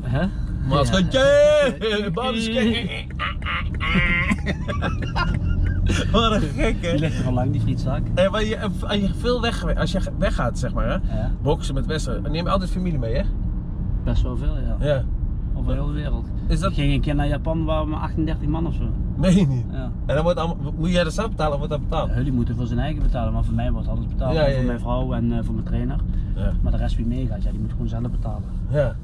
[SPEAKER 1] Hè? *laughs*
[SPEAKER 2] Maaskantje! *laughs* Maaskantje! Wat een gek,
[SPEAKER 1] Die
[SPEAKER 2] hè?
[SPEAKER 1] ligt er al lang, die frietzaak.
[SPEAKER 2] Hey, maar je, eh, als je veel weg, als je weggaat, zeg maar, hè?
[SPEAKER 1] Ja,
[SPEAKER 2] Boksen met westen. Neem je altijd familie mee, hè?
[SPEAKER 1] best wel veel, ja.
[SPEAKER 2] Ja.
[SPEAKER 1] Over heel de wereld.
[SPEAKER 2] Is dat...
[SPEAKER 1] Ik ging een keer naar Japan, waar we maar 38 man of zo.
[SPEAKER 2] Meen je niet?
[SPEAKER 1] Ja.
[SPEAKER 2] En dan wordt allemaal... Moet jij dat zelf betalen of wordt dat betaald?
[SPEAKER 1] Ja, Die moeten voor zijn eigen betalen, maar voor mij wordt alles betaald.
[SPEAKER 2] Ja, ja,
[SPEAKER 1] En Voor
[SPEAKER 2] ja.
[SPEAKER 1] mijn vrouw en eh, voor mijn trainer.
[SPEAKER 2] Ja.
[SPEAKER 1] Maar de rest wie meegaat, ja, die moet gewoon zelf betalen.
[SPEAKER 2] Ja.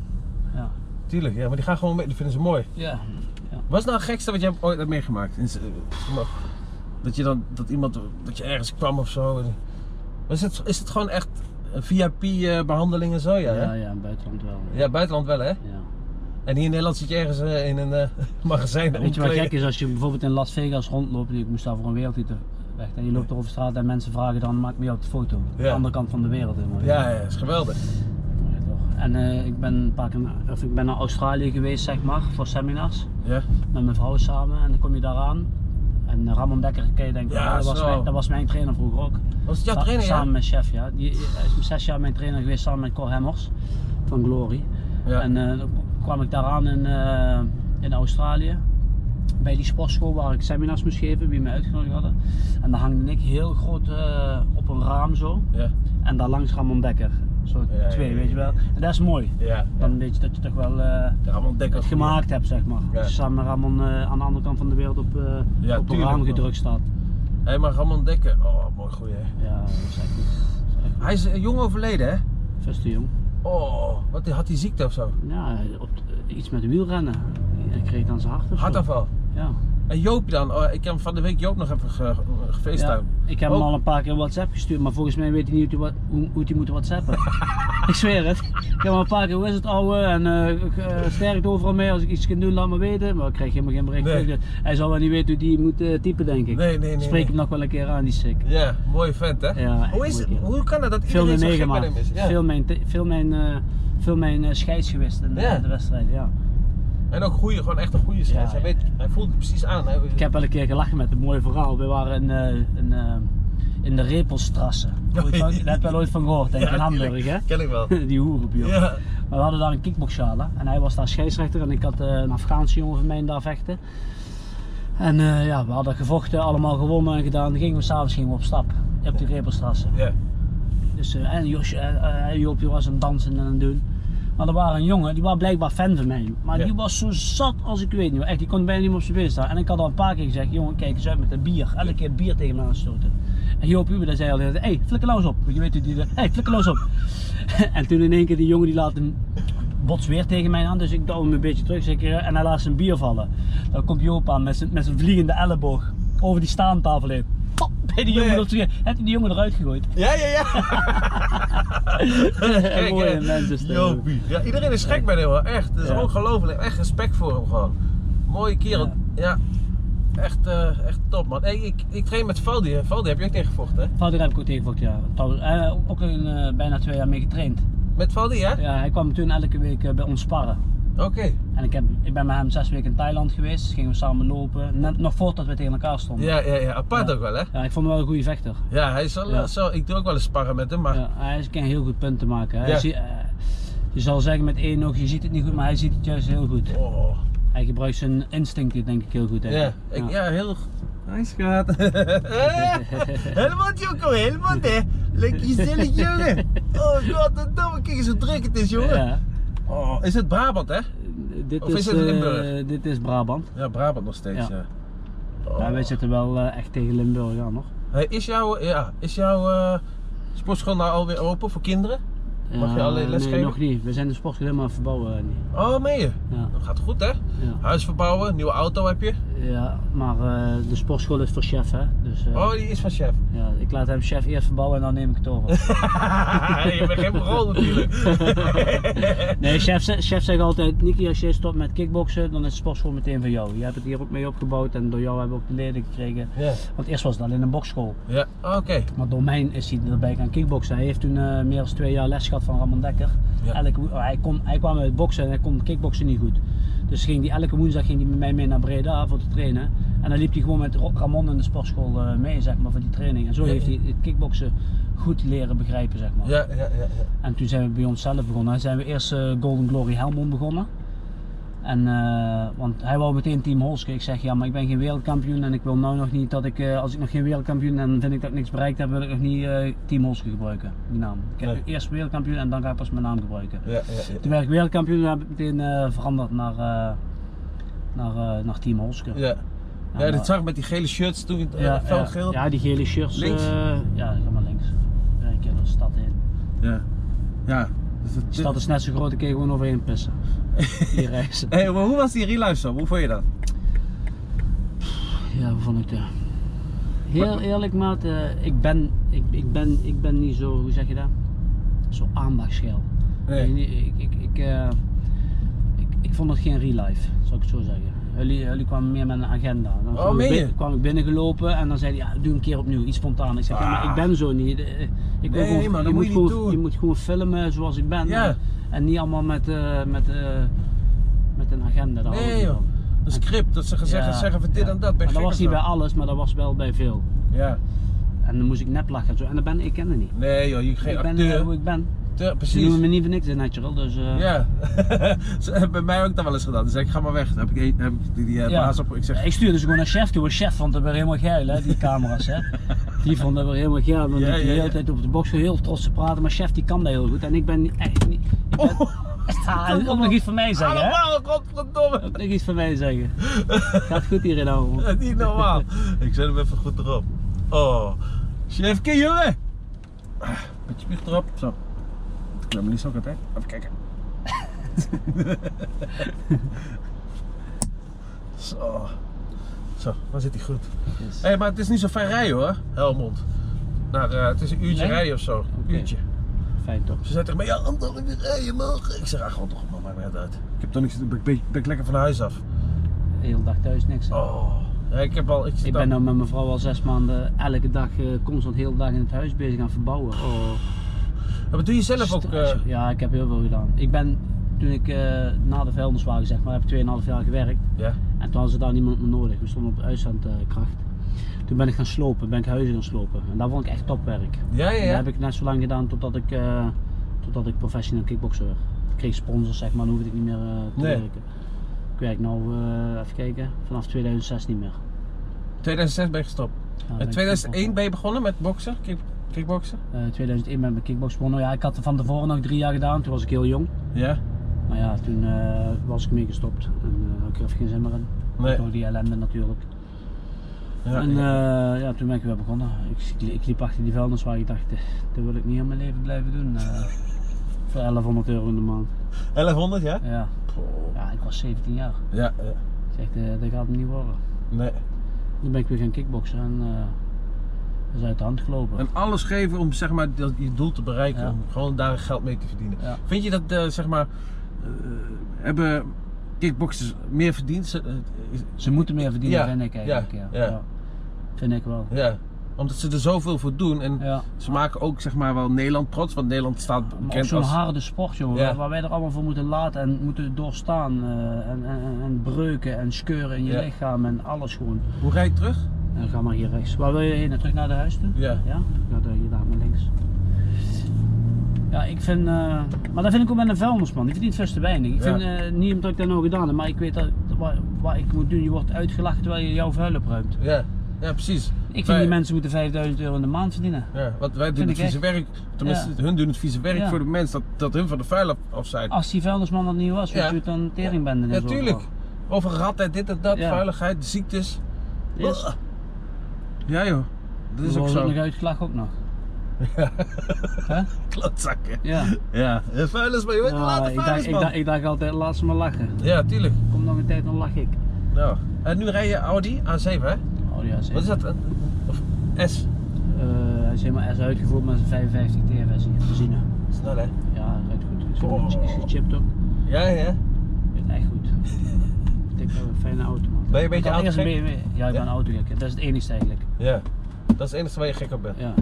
[SPEAKER 1] Ja.
[SPEAKER 2] Tuurlijk, ja. Maar die gaan gewoon mee. Dat vinden ze mooi.
[SPEAKER 1] Ja.
[SPEAKER 2] Wat is nou het gekste wat jij ooit hebt meegemaakt? In z- eh, pff, maar- Dat je dan, dat iemand, dat je ergens kwam of zo. en- Maar Is het, is het gewoon echt eh, VIP-behandeling en zo,
[SPEAKER 1] Ja,
[SPEAKER 2] ja? hè?
[SPEAKER 1] ja, in het buitenland wel.
[SPEAKER 2] Ja, buitenland wel, hè?
[SPEAKER 1] Ja.
[SPEAKER 2] En hier in Nederland zit je ergens eh, in een eh, *laughs* magazijn.
[SPEAKER 1] Weet je wat
[SPEAKER 2] omkleden.
[SPEAKER 1] gek is als je bijvoorbeeld in Las Vegas rondloopt, ik moest daar voor een wereldtitel weg en je loopt er over straat en mensen vragen dan maak me jou op de foto. De
[SPEAKER 2] Ja.
[SPEAKER 1] andere kant van de wereld helemaal.
[SPEAKER 2] Ja, ja, is geweldig.
[SPEAKER 1] Ja, toch. En eh, ik ben een paar keer naar, of ik ben naar Australië geweest zeg maar voor seminars
[SPEAKER 2] Ja,
[SPEAKER 1] met mijn vrouw samen en dan kom je daar aan en eh, Ramon Dekker ken je denk ik,
[SPEAKER 2] Ja,
[SPEAKER 1] wel, dat, was
[SPEAKER 2] zo.
[SPEAKER 1] mijn, dat was mijn trainer vroeger ook.
[SPEAKER 2] was het jouw
[SPEAKER 1] Sa-
[SPEAKER 2] trainer, ja?
[SPEAKER 1] Samen met chef ja, die hij is zes jaar mijn trainer geweest samen met Cor Hemmers van Glory.
[SPEAKER 2] Ja.
[SPEAKER 1] En eh, dan kwam ik daar aan in, eh, in Australië. bij die sportschool waar ik seminars moest geven, wie mij uitgenodigd hadden. En daar hangde ik heel groot eh, op een raam zo.
[SPEAKER 2] Ja.
[SPEAKER 1] En daar langs Ramon Dekker. Zo
[SPEAKER 2] ja,
[SPEAKER 1] twee,
[SPEAKER 2] ja, ja.
[SPEAKER 1] weet je wel. En dat is mooi.
[SPEAKER 2] Ja.
[SPEAKER 1] Dan weet je dat je toch wel eh,
[SPEAKER 2] Ramon Dekker.
[SPEAKER 1] het gemaakt hebt, zeg maar.
[SPEAKER 2] Ja.
[SPEAKER 1] Als je samen met Ramon eh, aan de andere kant van de wereld op, eh
[SPEAKER 2] Ja,
[SPEAKER 1] op een
[SPEAKER 2] tuurlijk,
[SPEAKER 1] raam
[SPEAKER 2] man.
[SPEAKER 1] gedrukt staat.
[SPEAKER 2] Hé, maar Ramon Dekker. Oh, mooi goeie. hè.
[SPEAKER 1] Ja, dat is echt goed. Dat is echt
[SPEAKER 2] Hij is eh, jong overleden, hè?
[SPEAKER 1] goed. Veel te jong.
[SPEAKER 2] Oh, wat had hij ziekte of zo?
[SPEAKER 1] Ja, op, eh, iets met wielrennen. Hij kreeg dan zijn hart of zo.
[SPEAKER 2] Hartafval.
[SPEAKER 1] Ja.
[SPEAKER 2] En Joop dan? Oh, ik heb hem van de week Joop nog even ge-
[SPEAKER 1] ja.
[SPEAKER 2] gefacetimed.
[SPEAKER 1] Ik heb
[SPEAKER 2] Ook.
[SPEAKER 1] hem al een paar keer WhatsApp gestuurd, maar volgens mij weet hij niet hoe hij wa- hoe- hoe hij moet WhatsAppen.
[SPEAKER 2] *laughs*
[SPEAKER 1] ik zweer het. Ik heb hem al een paar keer, hoe is het ouwe? En eh ik, eh, sterkt overal mee, als ik iets kan doen, laat me weten. Maar ik krijg helemaal geen bericht
[SPEAKER 2] Nee.
[SPEAKER 1] terug. Dus Hij zal wel niet weten hoe die moet eh, typen, denk ik.
[SPEAKER 2] Nee, nee, nee,
[SPEAKER 1] Spreek
[SPEAKER 2] nee.
[SPEAKER 1] hem nog wel een keer aan, die sick.
[SPEAKER 2] Ja, mooie vent hè?
[SPEAKER 1] Ja,
[SPEAKER 2] hoe, is,
[SPEAKER 1] echt mooi.
[SPEAKER 2] hoe kan het dat
[SPEAKER 1] Veel
[SPEAKER 2] iedereen
[SPEAKER 1] de
[SPEAKER 2] zo gek
[SPEAKER 1] negen
[SPEAKER 2] met
[SPEAKER 1] maar.
[SPEAKER 2] hem is? Ja.
[SPEAKER 1] Veel mijn, te- veel mijn, eh, veel mijn eh, scheids geweest in eh,
[SPEAKER 2] Ja.
[SPEAKER 1] de wedstrijd, ja.
[SPEAKER 2] En ook goeie, gewoon echt een goede scheids.
[SPEAKER 1] Ja,
[SPEAKER 2] hij, weet, hij voelt het precies aan. Hij,
[SPEAKER 1] Ik heb wel een keer gelachen met een mooi verhaal. We waren in, eh, in, eh, in de
[SPEAKER 2] *laughs*
[SPEAKER 1] Repelstrasse. Ooit van- Daar heb je wel ooit van gehoord, denk ik, in
[SPEAKER 2] Ja, tuurlijk.
[SPEAKER 1] Hamburg, hè?
[SPEAKER 2] Ken ik
[SPEAKER 1] *laughs*
[SPEAKER 2] wel.
[SPEAKER 1] Die hoerenbuurt.
[SPEAKER 2] Ja.
[SPEAKER 1] Maar we hadden daar een kickboxjala en hij was daar scheidsrechter en ik had eh, een Afghaanse jongen van mij daar vechten. En eh, ja, we hadden gevochten, allemaal gewonnen en gedaan. Dan gingen we s'avonds gingen we op stap op die Repelstrasse.
[SPEAKER 2] Ja.
[SPEAKER 1] Dus, eh, en Josje, eh, eh, Joopje was aan het dansen en aan het doen. Maar er was een jongen, die was blijkbaar fan van mij. Maar
[SPEAKER 2] Ja.
[SPEAKER 1] die was zo zat als ik weet niet. Echt, die kon bijna niet meer op zijn been staan. En ik had al een paar keer gezegd, jongen kijk eens uit met dat bier. Elke keer bier tegen me aanstoten. En Joop Uber die zei al, hé, hey, flikker nou eens op. Je weet hoe die, hé, hey, flikker nou eens op. *laughs* en toen in één keer die jongen die laat hem bots weer tegen mij aan. Dus ik douw hem een beetje terug zeker, en hij laat zijn bier vallen. Dan komt Joop aan met zijn, met zijn vliegende elleboog over die staantafel heen. Pop, bij die jongen
[SPEAKER 2] Nee.
[SPEAKER 1] op zijn- Heeft hij die jongen eruit gegooid.
[SPEAKER 2] Ja, ja, ja.
[SPEAKER 1] *laughs*
[SPEAKER 2] *laughs* Gek,
[SPEAKER 1] Mooie
[SPEAKER 2] hè?
[SPEAKER 1] mensen stemmen.
[SPEAKER 2] Jopie. Ja, iedereen is gek bij hem, hoor. echt. Het is
[SPEAKER 1] Ja.
[SPEAKER 2] ongelooflijk. Echt respect voor hem gewoon. Mooie kerel. Ja. Echt, eh, echt top man. Hey, ik, ik train met Valdi. hè. Valdi heb je ook tegengevochten hè?
[SPEAKER 1] Vader heb ik ook tegengevochten, ja. Trouwens, eh, ook een, eh, bijna twee jaar mee getraind.
[SPEAKER 2] Met Valdi hè?
[SPEAKER 1] Ja, hij kwam toen elke week eh, bij ons sparren.
[SPEAKER 2] Oké.
[SPEAKER 1] En ik, heb, ik ben met hem zes weken in Thailand geweest. Gingen we samen lopen. Net nog voordat we tegen elkaar stonden.
[SPEAKER 2] Ja, ja, ja. Apart ook wel hè?
[SPEAKER 1] Ja, ik vond hem wel een goede vechter.
[SPEAKER 2] Ja, hij zal,
[SPEAKER 1] Ja.
[SPEAKER 2] Zal, ik doe ook wel eens sparren met hem, maar
[SPEAKER 1] Ja, hij is- kan heel goed punten maken. Hij
[SPEAKER 2] Ja.
[SPEAKER 1] zie- eh, je zal zeggen met één oog, je ziet het niet goed, maar hij ziet het juist heel goed.
[SPEAKER 2] Oh.
[SPEAKER 1] Hij gebruikt zijn instincten denk ik heel goed. hè.
[SPEAKER 2] Ja, ik, ja. heel goed. Hi schat. *laughs* helemaal Joko, helemaal hè. Lekker
[SPEAKER 1] *laughs*
[SPEAKER 2] gezellig jongen. Oh god, dat domme. Kijk eens hoe druk het is jongen.
[SPEAKER 1] Ja.
[SPEAKER 2] Oh, is het Brabant hè?
[SPEAKER 1] Dit
[SPEAKER 2] Of is
[SPEAKER 1] is,
[SPEAKER 2] het
[SPEAKER 1] eh,
[SPEAKER 2] Limburg?
[SPEAKER 1] dit is Brabant.
[SPEAKER 2] Ja, Brabant nog steeds. Ja. Oh.
[SPEAKER 1] Ja. Ja, wij zitten wel eh, echt tegen Limburg aan nog.
[SPEAKER 2] Hey, is jouw, ja, is jouw eh, sportschool nou alweer open voor kinderen? Mag je
[SPEAKER 1] Ja,
[SPEAKER 2] alleen
[SPEAKER 1] Eh,
[SPEAKER 2] les
[SPEAKER 1] Nee,
[SPEAKER 2] geven?
[SPEAKER 1] nog niet. We zijn de sportschool helemaal aan het verbouwen. eh, niet.
[SPEAKER 2] Oh, meen je?
[SPEAKER 1] Ja,
[SPEAKER 2] Dat gaat goed hè?
[SPEAKER 1] ja.
[SPEAKER 2] Huis verbouwen, nieuwe auto heb je.
[SPEAKER 1] ja maar eh, de sportschool is voor chef, hè. Dus eh,
[SPEAKER 2] Oh, die is van chef. *laughs*
[SPEAKER 1] ja, ik laat hem chef eerst verbouwen en dan neem ik het over.
[SPEAKER 2] je bent geen rol
[SPEAKER 1] *laughs*
[SPEAKER 2] natuurlijk.
[SPEAKER 1] nee, chef, ze- chef zegt altijd, Niki, als jij stopt met kickboksen, dan is de sportschool meteen van jou. Je hebt het hier ook mee opgebouwd en door jou hebben we ook de leden gekregen.
[SPEAKER 2] ja.
[SPEAKER 1] Want eerst was het alleen een bokschool.
[SPEAKER 2] Ja, oké.
[SPEAKER 1] Maar door mijn is hij erbij gaan kickboksen. Hij heeft toen eh, meer dan twee jaar les gehad van Ramon Dekker.
[SPEAKER 2] Ja.
[SPEAKER 1] Elke, wo- hij, kon, hij kwam uit boksen en hij kon kickboksen niet goed. Dus ging die, elke woensdag ging hij met mij mee naar Breda voor te trainen. En dan liep hij gewoon met Ro- Ramon in de sportschool eh, mee, zeg maar, voor die training. En zo
[SPEAKER 2] Ja,
[SPEAKER 1] heeft
[SPEAKER 2] ja.
[SPEAKER 1] hij het kickboksen goed leren begrijpen, zeg maar.
[SPEAKER 2] Ja, ja, ja. ja.
[SPEAKER 1] En toen zijn we bij onszelf begonnen. Dan zijn we eerst eh, Golden Glory Helmond begonnen. En, eh, want hij wou meteen Team Holske. Ik zeg ja, maar ik ben geen wereldkampioen en ik wil nou nog niet dat ik, eh, als ik nog geen wereldkampioen ben en vind ik dat ik niks bereikt heb, wil ik nog niet eh, Team Holske gebruiken, die naam. Ik heb
[SPEAKER 2] Nee.
[SPEAKER 1] eerst wereldkampioen en dan ga ik pas mijn naam gebruiken.
[SPEAKER 2] ja, ja, ja.
[SPEAKER 1] Toen werd ik wereldkampioen en heb ik meteen eh, veranderd naar, eh, naar, eh, naar Team Holske.
[SPEAKER 2] Ja. Ja,
[SPEAKER 1] maar-
[SPEAKER 2] dat zag ik met die gele shirts toen, eh
[SPEAKER 1] ja,
[SPEAKER 2] felgeel.
[SPEAKER 1] ja, die gele shirts.
[SPEAKER 2] Links?
[SPEAKER 1] eh, ja, ga maar links. Ja, een keer door de stad heen.
[SPEAKER 2] ja. ja. Dus dat-
[SPEAKER 1] De stad is net zo groot, ik kan je gewoon overheen pissen. Die reizen.
[SPEAKER 2] Hey, maar hoe was die relive zo? Hoe vond je dat?
[SPEAKER 1] Ja, hoe vond ik dat? Heel eerlijk, maat, eh, ik, ben, ik, ik, ben, ik ben niet zo, hoe zeg je dat? Zo aandachtsgeil.
[SPEAKER 2] Nee.
[SPEAKER 1] Ik, ik, ik, ik, eh, ik, ik vond het geen real life, zou ik het zo zeggen. Jullie, jullie kwamen meer met een agenda. Dan kwam,
[SPEAKER 2] Oh, meen
[SPEAKER 1] ik,
[SPEAKER 2] je?
[SPEAKER 1] bin- kwam ik binnengelopen en dan zei hij, ja, doe een keer opnieuw, iets spontaan. Ik zeg, ja, maar
[SPEAKER 2] Ah.
[SPEAKER 1] ik ben zo niet. Eh, Ik wil
[SPEAKER 2] Nee,
[SPEAKER 1] gewoon-
[SPEAKER 2] man, dat moet je niet
[SPEAKER 1] gewoon,
[SPEAKER 2] doen.
[SPEAKER 1] Je moet gewoon filmen zoals ik ben.
[SPEAKER 2] Ja.
[SPEAKER 1] En, en niet allemaal met, eh, met, eh, met een agenda. daar hou ik
[SPEAKER 2] Nee
[SPEAKER 1] niet
[SPEAKER 2] joh.
[SPEAKER 1] van.
[SPEAKER 2] Een script dat ze gezegd
[SPEAKER 1] Nou, Ja,
[SPEAKER 2] zeggen van dit
[SPEAKER 1] ja.
[SPEAKER 2] en dat. Ben
[SPEAKER 1] Maar dat
[SPEAKER 2] gek
[SPEAKER 1] was
[SPEAKER 2] of
[SPEAKER 1] niet
[SPEAKER 2] zo?
[SPEAKER 1] bij alles, maar dat was wel bij veel.
[SPEAKER 2] Ja.
[SPEAKER 1] En dan moest ik nep lachen en zo. En dat ben ik kende niet.
[SPEAKER 2] Nee joh, je geen
[SPEAKER 1] ik ben eh,
[SPEAKER 2] acteur.
[SPEAKER 1] hoe ik ben.
[SPEAKER 2] Te-
[SPEAKER 1] Ze
[SPEAKER 2] precies.
[SPEAKER 1] noemen me niet voor niks de natural, dus... eh,
[SPEAKER 2] *laughs* Ja, *laughs* ze hebben bij mij ook dat wel eens gedaan. Dan zeg ik, ga maar weg. Dan heb ik, een- heb ik die, die eh,
[SPEAKER 1] Ja.
[SPEAKER 2] baas op. Ik zeg,
[SPEAKER 1] Ik stuurde ze gewoon naar chef toe. En chef vond het weer helemaal geil, hè,
[SPEAKER 2] *laughs*
[SPEAKER 1] die camera's. Hè. Die vond het weer helemaal geil. Want
[SPEAKER 2] Ja,
[SPEAKER 1] die de
[SPEAKER 2] ja,
[SPEAKER 1] hele
[SPEAKER 2] ja.
[SPEAKER 1] tijd op de box zo heel trots te praten. Maar chef die kan dat heel goed. En ik ben niet- echt niet. Ik ben,
[SPEAKER 2] oh,
[SPEAKER 1] Ah, en ook nog iets van mij zeggen, hè?
[SPEAKER 2] allemaal, godverdomme.
[SPEAKER 1] Ook nog iets van mij zeggen. Gaat goed hierin, ouwe.
[SPEAKER 2] Niet normaal. ik zet hem even goed erop. Oh, chefke jongen. Ah, Beetje biecht erop, zo. Ik ben me niet zo hè. Even kijken. *laughs* zo. Zo, dan zit hij goed.
[SPEAKER 1] Yes.
[SPEAKER 2] Hé, maar het is niet zo ver rijden hoor, Helmond. Naar, eh, het is een uurtje
[SPEAKER 1] Nee?
[SPEAKER 2] rijden of zo.
[SPEAKER 1] Oké.
[SPEAKER 2] Uurtje.
[SPEAKER 1] Fijn toch?
[SPEAKER 2] Ze zei tegen mij, ja, anderhalf uur rijden morgen. Ik zeg, ah, gewoon toch, man, maakt mij het uit. Ik heb toch niks, ben, ben, ben ik lekker van huis af.
[SPEAKER 1] De hele dag thuis niks.
[SPEAKER 2] Oh, ja, ik heb al, ik zit
[SPEAKER 1] Ik ben nou met mijn vrouw al zes maanden elke dag eh, constant heel de dag in het huis bezig aan verbouwen. Oh.
[SPEAKER 2] Ja, maar doe je zelf ook, eh,
[SPEAKER 1] Stress. Ja, ik heb heel veel gedaan. Ik ben toen ik eh, na de vuilniswagen zeg maar, heb ik 2,5 jaar gewerkt.
[SPEAKER 2] ja.
[SPEAKER 1] En toen hadden ze daar niemand meer nodig. We stonden op uitzendkracht. Eh, Toen ben ik gaan slopen, ben ik huizen gaan slopen. En dat vond ik echt topwerk.
[SPEAKER 2] Ja, ja,
[SPEAKER 1] En Dat
[SPEAKER 2] ja.
[SPEAKER 1] heb ik net zo lang gedaan totdat ik, eh, totdat ik professioneel kickboxer werd. Ik kreeg sponsors, zeg maar, dan hoefde ik niet meer eh, te
[SPEAKER 2] Nee.
[SPEAKER 1] werken. Ik werk nu, eh, even kijken, vanaf 2006 niet meer.
[SPEAKER 2] 2006 ben je gestopt.
[SPEAKER 1] Ja, ben
[SPEAKER 2] In
[SPEAKER 1] ik
[SPEAKER 2] 2001
[SPEAKER 1] kickboxer.
[SPEAKER 2] ben je begonnen met boksen, kick, kickboksen?
[SPEAKER 1] Eh, 2001 ben ik kickbox begonnen. Ja, ik had er van tevoren nog drie jaar gedaan, toen was ik heel jong.
[SPEAKER 2] Ja.
[SPEAKER 1] Maar ja, toen eh, was ik mee gestopt en eh, had ik er even geen zin meer in.
[SPEAKER 2] Nee.
[SPEAKER 1] Door die ellende natuurlijk.
[SPEAKER 2] Ja,
[SPEAKER 1] en
[SPEAKER 2] ja.
[SPEAKER 1] eh, ja, toen ben ik weer begonnen. Ik, ik liep achter die vuilnis waar ik dacht, eh, dat wil ik niet in mijn leven blijven doen. eh,
[SPEAKER 2] *laughs*
[SPEAKER 1] voor 1100 euro in de maand.
[SPEAKER 2] 1100, ja?
[SPEAKER 1] Ja, ja ik was 17 jaar.
[SPEAKER 2] Ja, ja.
[SPEAKER 1] Ik zeg, eh, dat gaat hem niet worden.
[SPEAKER 2] Nee.
[SPEAKER 1] Toen ben ik weer gaan kickboksen en eh, dat is uit de hand gelopen.
[SPEAKER 2] En alles geven om zeg maar, dat, je doel te bereiken,
[SPEAKER 1] Ja.
[SPEAKER 2] om gewoon daar geld mee te verdienen.
[SPEAKER 1] Ja.
[SPEAKER 2] Vind je dat eh, zeg maar, eh, hebben kickboxers meer verdiend? Ze- eh, is-
[SPEAKER 1] Ze moeten meer verdienen,
[SPEAKER 2] Ja,
[SPEAKER 1] vind ik eigenlijk.
[SPEAKER 2] ja,
[SPEAKER 1] Ja,
[SPEAKER 2] ja.
[SPEAKER 1] Ja. Vind ik wel.
[SPEAKER 2] ja, omdat ze er zoveel voor doen en
[SPEAKER 1] Ja.
[SPEAKER 2] ze maken ook zeg maar wel Nederland trots, want Nederland staat
[SPEAKER 1] Maar op
[SPEAKER 2] bekend
[SPEAKER 1] zo'n
[SPEAKER 2] als...
[SPEAKER 1] harde sport, jongen,
[SPEAKER 2] Ja.
[SPEAKER 1] waar wij er allemaal voor moeten laten en moeten doorstaan. eh, en, en, en- en breuken en scheuren in je
[SPEAKER 2] Ja.
[SPEAKER 1] lichaam en alles gewoon.
[SPEAKER 2] Hoe rijd je terug?
[SPEAKER 1] En ga maar hier rechts. Waar wil je heen? Terug naar de huis toe?
[SPEAKER 2] Ja.
[SPEAKER 1] Ja? eh, Ja, daar, hier daar maar links. Ja, ik vind... eh, maar dat vind ik ook met een vuilnisman. Die verdient vast te weinig. Ik
[SPEAKER 2] Ja.
[SPEAKER 1] vind eh, niet omdat ik dat nou gedaan heb, maar ik weet dat, wat, wat ik moet doen. Je wordt uitgelachen terwijl je jouw vuil opruimt.
[SPEAKER 2] Ja, ja precies.
[SPEAKER 1] Ik vind
[SPEAKER 2] Wij-
[SPEAKER 1] die mensen moeten 5000 euro in de maand verdienen.
[SPEAKER 2] Ja, want wij doen
[SPEAKER 1] Vind
[SPEAKER 2] het
[SPEAKER 1] ik echt.
[SPEAKER 2] vieze werk, tenminste hun doen het vieze werk
[SPEAKER 1] Ja.
[SPEAKER 2] voor de mens, dat, dat hun van de vuil af- af zijn.
[SPEAKER 1] Als die vuilnisman dat niet was,
[SPEAKER 2] Ja.
[SPEAKER 1] wat je dan een teringbende
[SPEAKER 2] ja,
[SPEAKER 1] en zo.
[SPEAKER 2] tuurlijk. Over ratheid, dit en dat,
[SPEAKER 1] Ja.
[SPEAKER 2] vuiligheid, ziektes.
[SPEAKER 1] Yes.
[SPEAKER 2] Ja joh, dat is
[SPEAKER 1] Dan
[SPEAKER 2] ook
[SPEAKER 1] word
[SPEAKER 2] zo.
[SPEAKER 1] ik nog uitgelachen ook nog.
[SPEAKER 2] *laughs*
[SPEAKER 1] Hè?
[SPEAKER 2] Klootzakken. *laughs*
[SPEAKER 1] Ja.
[SPEAKER 2] Ja, een vuilnisman, je weet
[SPEAKER 1] Ja,
[SPEAKER 2] hoe laat een
[SPEAKER 1] ik, dacht, ik,
[SPEAKER 2] vuilnisman.
[SPEAKER 1] dacht, ik dacht altijd, laat ze maar lachen.
[SPEAKER 2] Ja, tuurlijk.
[SPEAKER 1] Kom nog een tijd, dan lach ik.
[SPEAKER 2] Nou, en nu rij je Audi A7 hè?
[SPEAKER 1] Oh ja, zeker.
[SPEAKER 2] Wat is dat? Een- Of S?
[SPEAKER 1] Eh, hij is helemaal S uitgevoerd met zijn 55 T-versie, benzine.
[SPEAKER 2] Snel hè?
[SPEAKER 1] Ja, rijdt goed. Is
[SPEAKER 2] Oh.
[SPEAKER 1] goed. Is gechipt ook.
[SPEAKER 2] Ja, ja.
[SPEAKER 1] Rijdt echt goed. Ik denk wel een fijne auto man.
[SPEAKER 2] Ben je een
[SPEAKER 1] Ik
[SPEAKER 2] beetje
[SPEAKER 1] had eerst een
[SPEAKER 2] autogek?
[SPEAKER 1] BMW. Ja, ik ben
[SPEAKER 2] Ja?
[SPEAKER 1] een autogek. Dat is het enigste eigenlijk.
[SPEAKER 2] Ja. Dat is het enige waar je gek op bent.
[SPEAKER 1] Ja.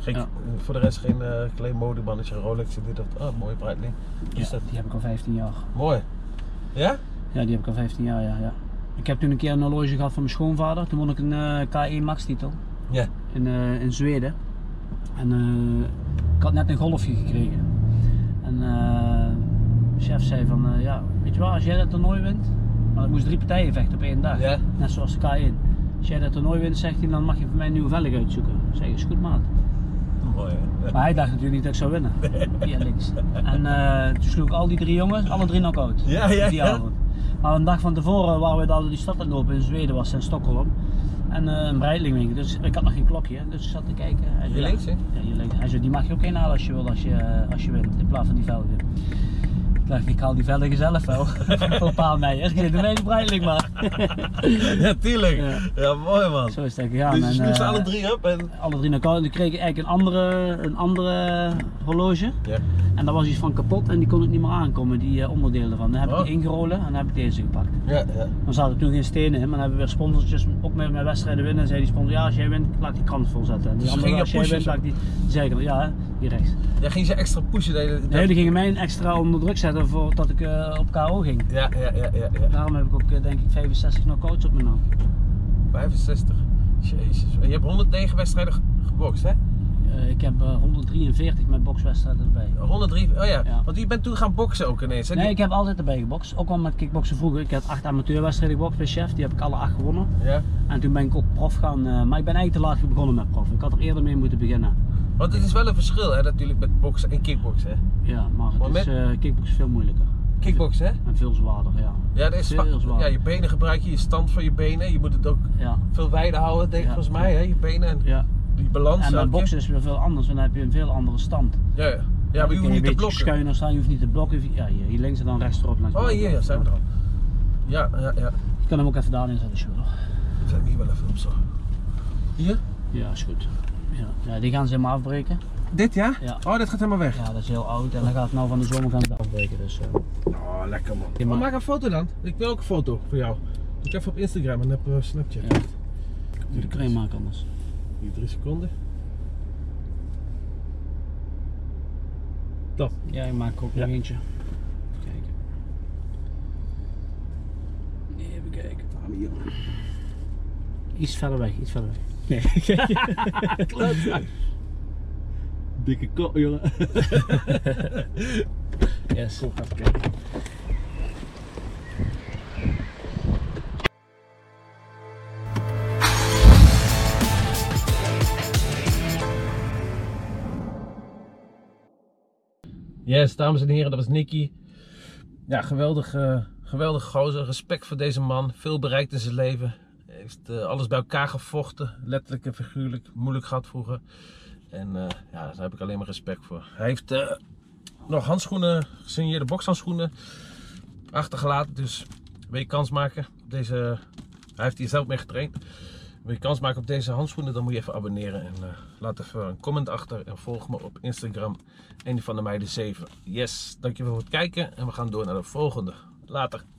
[SPEAKER 2] Gek,
[SPEAKER 1] Ja.
[SPEAKER 2] Voor de rest geen eh klein modemannetje, Rolex en dit of Oh, mooie Breitling. Dus
[SPEAKER 1] ja.
[SPEAKER 2] dat,
[SPEAKER 1] Die heb ik al 15 jaar.
[SPEAKER 2] mooi. Ja?
[SPEAKER 1] Ja, die heb ik al 15 jaar, ja. ja. Ik heb toen een keer een horloge gehad van mijn schoonvader. Toen won ik een eh, K1 Max titel.
[SPEAKER 2] Ja.
[SPEAKER 1] in, eh, in Zweden. En eh, ik had net een golfje gekregen. En eh, de chef zei van, eh, ja, weet je waar, als jij dat toernooi wint, maar ik moest drie partijen vechten op één dag,
[SPEAKER 2] Ja.
[SPEAKER 1] net zoals de K1. Als jij dat toernooi wint, zegt hij, dan mag je voor mij een nieuwe velg uitzoeken. Ik zeg, is goed maat.
[SPEAKER 2] Mooi hè? *laughs*
[SPEAKER 1] Maar hij dacht natuurlijk niet dat ik zou winnen. Via links. En eh, toen sloeg ik al die drie jongens, alle drie knock-out.
[SPEAKER 2] Ja, ja,
[SPEAKER 1] Die
[SPEAKER 2] ja.
[SPEAKER 1] avond. Maar een dag van tevoren waren we daar door die stad aan het lopen in Zweden, was het in Stockholm. En eh, een breidlingwinkel, dus ik had nog geen klokje. hè. Dus ik zat te kijken. Hij zei,
[SPEAKER 2] Hier
[SPEAKER 1] ja.
[SPEAKER 2] links, hè?
[SPEAKER 1] Ja, hier links. Hij zei, die mag je ook inhalen als je wil, als je, eh, als je wint, in plaats van die velgen. Ik dacht, ik haal die velgen zelf
[SPEAKER 2] *laughs*
[SPEAKER 1] wel. Voor een paar meijers. Ik zei, doe mij die breidling maar. *laughs*
[SPEAKER 2] Ja, tuurlijk. Ja,
[SPEAKER 1] Ja.
[SPEAKER 2] mooi man.
[SPEAKER 1] Zo is dat gegaan.
[SPEAKER 2] dus je
[SPEAKER 1] En,
[SPEAKER 2] sloeg ze
[SPEAKER 1] eh,
[SPEAKER 2] alle drie op en...
[SPEAKER 1] alle drie naar elkaar. En toen kreeg ik eigenlijk een andere, een andere horloge.
[SPEAKER 2] Ja.
[SPEAKER 1] En daar was iets van kapot en die kon ik niet meer aankomen, die eh, onderdelen ervan. Dan heb ik
[SPEAKER 2] Oh.
[SPEAKER 1] die ingerolen en dan heb ik deze gepakt.
[SPEAKER 2] Ja, ja.
[SPEAKER 1] Dan zaten toen geen stenen in, maar dan hebben we weer sponsortjes ook met mijn wedstrijden winnen. En zei die sponsor, ja als jij wint, laat ik die krant vol zetten. En die
[SPEAKER 2] Dus
[SPEAKER 1] andere,
[SPEAKER 2] ging je
[SPEAKER 1] als jij
[SPEAKER 2] pushen
[SPEAKER 1] wint, laat ik die, die zijkant, ja hè, hier rechts.
[SPEAKER 2] Ja, ging ze extra pushen dat je...
[SPEAKER 1] Nee, die gingen mij een extra onder druk zetten voordat ik eh, op KO ging.
[SPEAKER 2] Ja, ja, ja, ja, ja.
[SPEAKER 1] Daarom heb ik ook eh, denk ik 65 knockouts op nou. mijn naam.
[SPEAKER 2] 65. Jezus. En je hebt 109 wedstrijden ge- gebokst hè?
[SPEAKER 1] Eh, Eh, ik heb eh, 143 met bokswedstrijden erbij.
[SPEAKER 2] 103, oh ja.
[SPEAKER 1] Ja.
[SPEAKER 2] Want je bent toen gaan boksen ook ineens. Hè?
[SPEAKER 1] Nee,
[SPEAKER 2] Die-
[SPEAKER 1] ik heb altijd erbij gebokst. Ook al met kickboksen vroeger. Ik had acht amateurwedstrijden gebokst bij Chef. Die heb ik alle acht gewonnen.
[SPEAKER 2] Ja.
[SPEAKER 1] En toen ben ik op prof gaan. eh, maar ik ben eigenlijk te laat begonnen met prof. Ik had er eerder mee moeten beginnen.
[SPEAKER 2] Want het is wel een verschil hè, natuurlijk met boksen en kickboksen. Hè?
[SPEAKER 1] Ja, maar het
[SPEAKER 2] Maar
[SPEAKER 1] is eh kickboksen veel moeilijker.
[SPEAKER 2] Kickboksen, hè?
[SPEAKER 1] En veel zwaarder, ja.
[SPEAKER 2] Ja, dat is
[SPEAKER 1] Heel
[SPEAKER 2] va-
[SPEAKER 1] zwaar.
[SPEAKER 2] ja, je benen gebruik je, je stand van je benen. Je moet het ook
[SPEAKER 1] Ja.
[SPEAKER 2] veel wijder houden, denk ik,
[SPEAKER 1] Ja.
[SPEAKER 2] volgens mij. Hè? Je benen en
[SPEAKER 1] ja.
[SPEAKER 2] die balans.
[SPEAKER 1] En met
[SPEAKER 2] elke keer.
[SPEAKER 1] boksen is het weer veel anders. Want dan heb je een veel andere stand.
[SPEAKER 2] Ja, ja. ja, maar je
[SPEAKER 1] Dan kun
[SPEAKER 2] hoeft niet te
[SPEAKER 1] een beetje
[SPEAKER 2] blokken.
[SPEAKER 1] schuiner staan. Je hoeft niet te blokken. Je hoeft- Ja, hier, hier links en dan rechts erop. Langs
[SPEAKER 2] Oh, hier ja, zijn we er al. Ja, ja, ja.
[SPEAKER 1] Je kan hem ook even daarin zetten, Sjoerd.
[SPEAKER 2] We zijn hier wel even op zo. Hier?
[SPEAKER 1] Ja, is goed. Ja. ja, die gaan ze helemaal afbreken.
[SPEAKER 2] Dit ja?
[SPEAKER 1] Ja.
[SPEAKER 2] Oh, dit gaat helemaal weg.
[SPEAKER 1] Ja, dat is heel oud en dan gaat het nou van de zomer gaan ze het afbreken. Dus, eh,
[SPEAKER 2] Oh, lekker man.
[SPEAKER 1] Ja,
[SPEAKER 2] maar
[SPEAKER 1] maar-
[SPEAKER 2] maak een foto dan. Ik wil ook een foto voor jou. Doe ik even op Instagram en op eh, Snapchat.
[SPEAKER 1] Ja. moet ik erin maken anders.
[SPEAKER 2] Hier drie seconden. Top.
[SPEAKER 1] Ja, ik maak ook
[SPEAKER 2] Ja.
[SPEAKER 1] nog eentje. Even kijken. Even kijken. Iets verder weg, iets verder weg. *laughs*
[SPEAKER 2] Dikke kop, jongen.
[SPEAKER 1] Yes.
[SPEAKER 2] Yes, dames en heren, dat was Nicky. Ja, geweldig, eh, geweldig gozer. Respect voor deze man. Veel bereikt in zijn leven. Heeft eh, alles bij elkaar gevochten. Letterlijk en figuurlijk. Moeilijk gehad vroeger. En eh, ja, daar heb ik alleen maar respect voor. Hij heeft eh, nog handschoenen, gesigneerde bokshandschoenen achtergelaten. Dus wil je kans maken op deze... Hij heeft hier zelf mee getraind. Wil je kans maken op deze handschoenen, dan moet je even abonneren. En eh, laat even een comment achter en volg me op Instagram. En die van de meiden 7. Yes, dankjewel voor het kijken. En we gaan door naar de volgende. Later.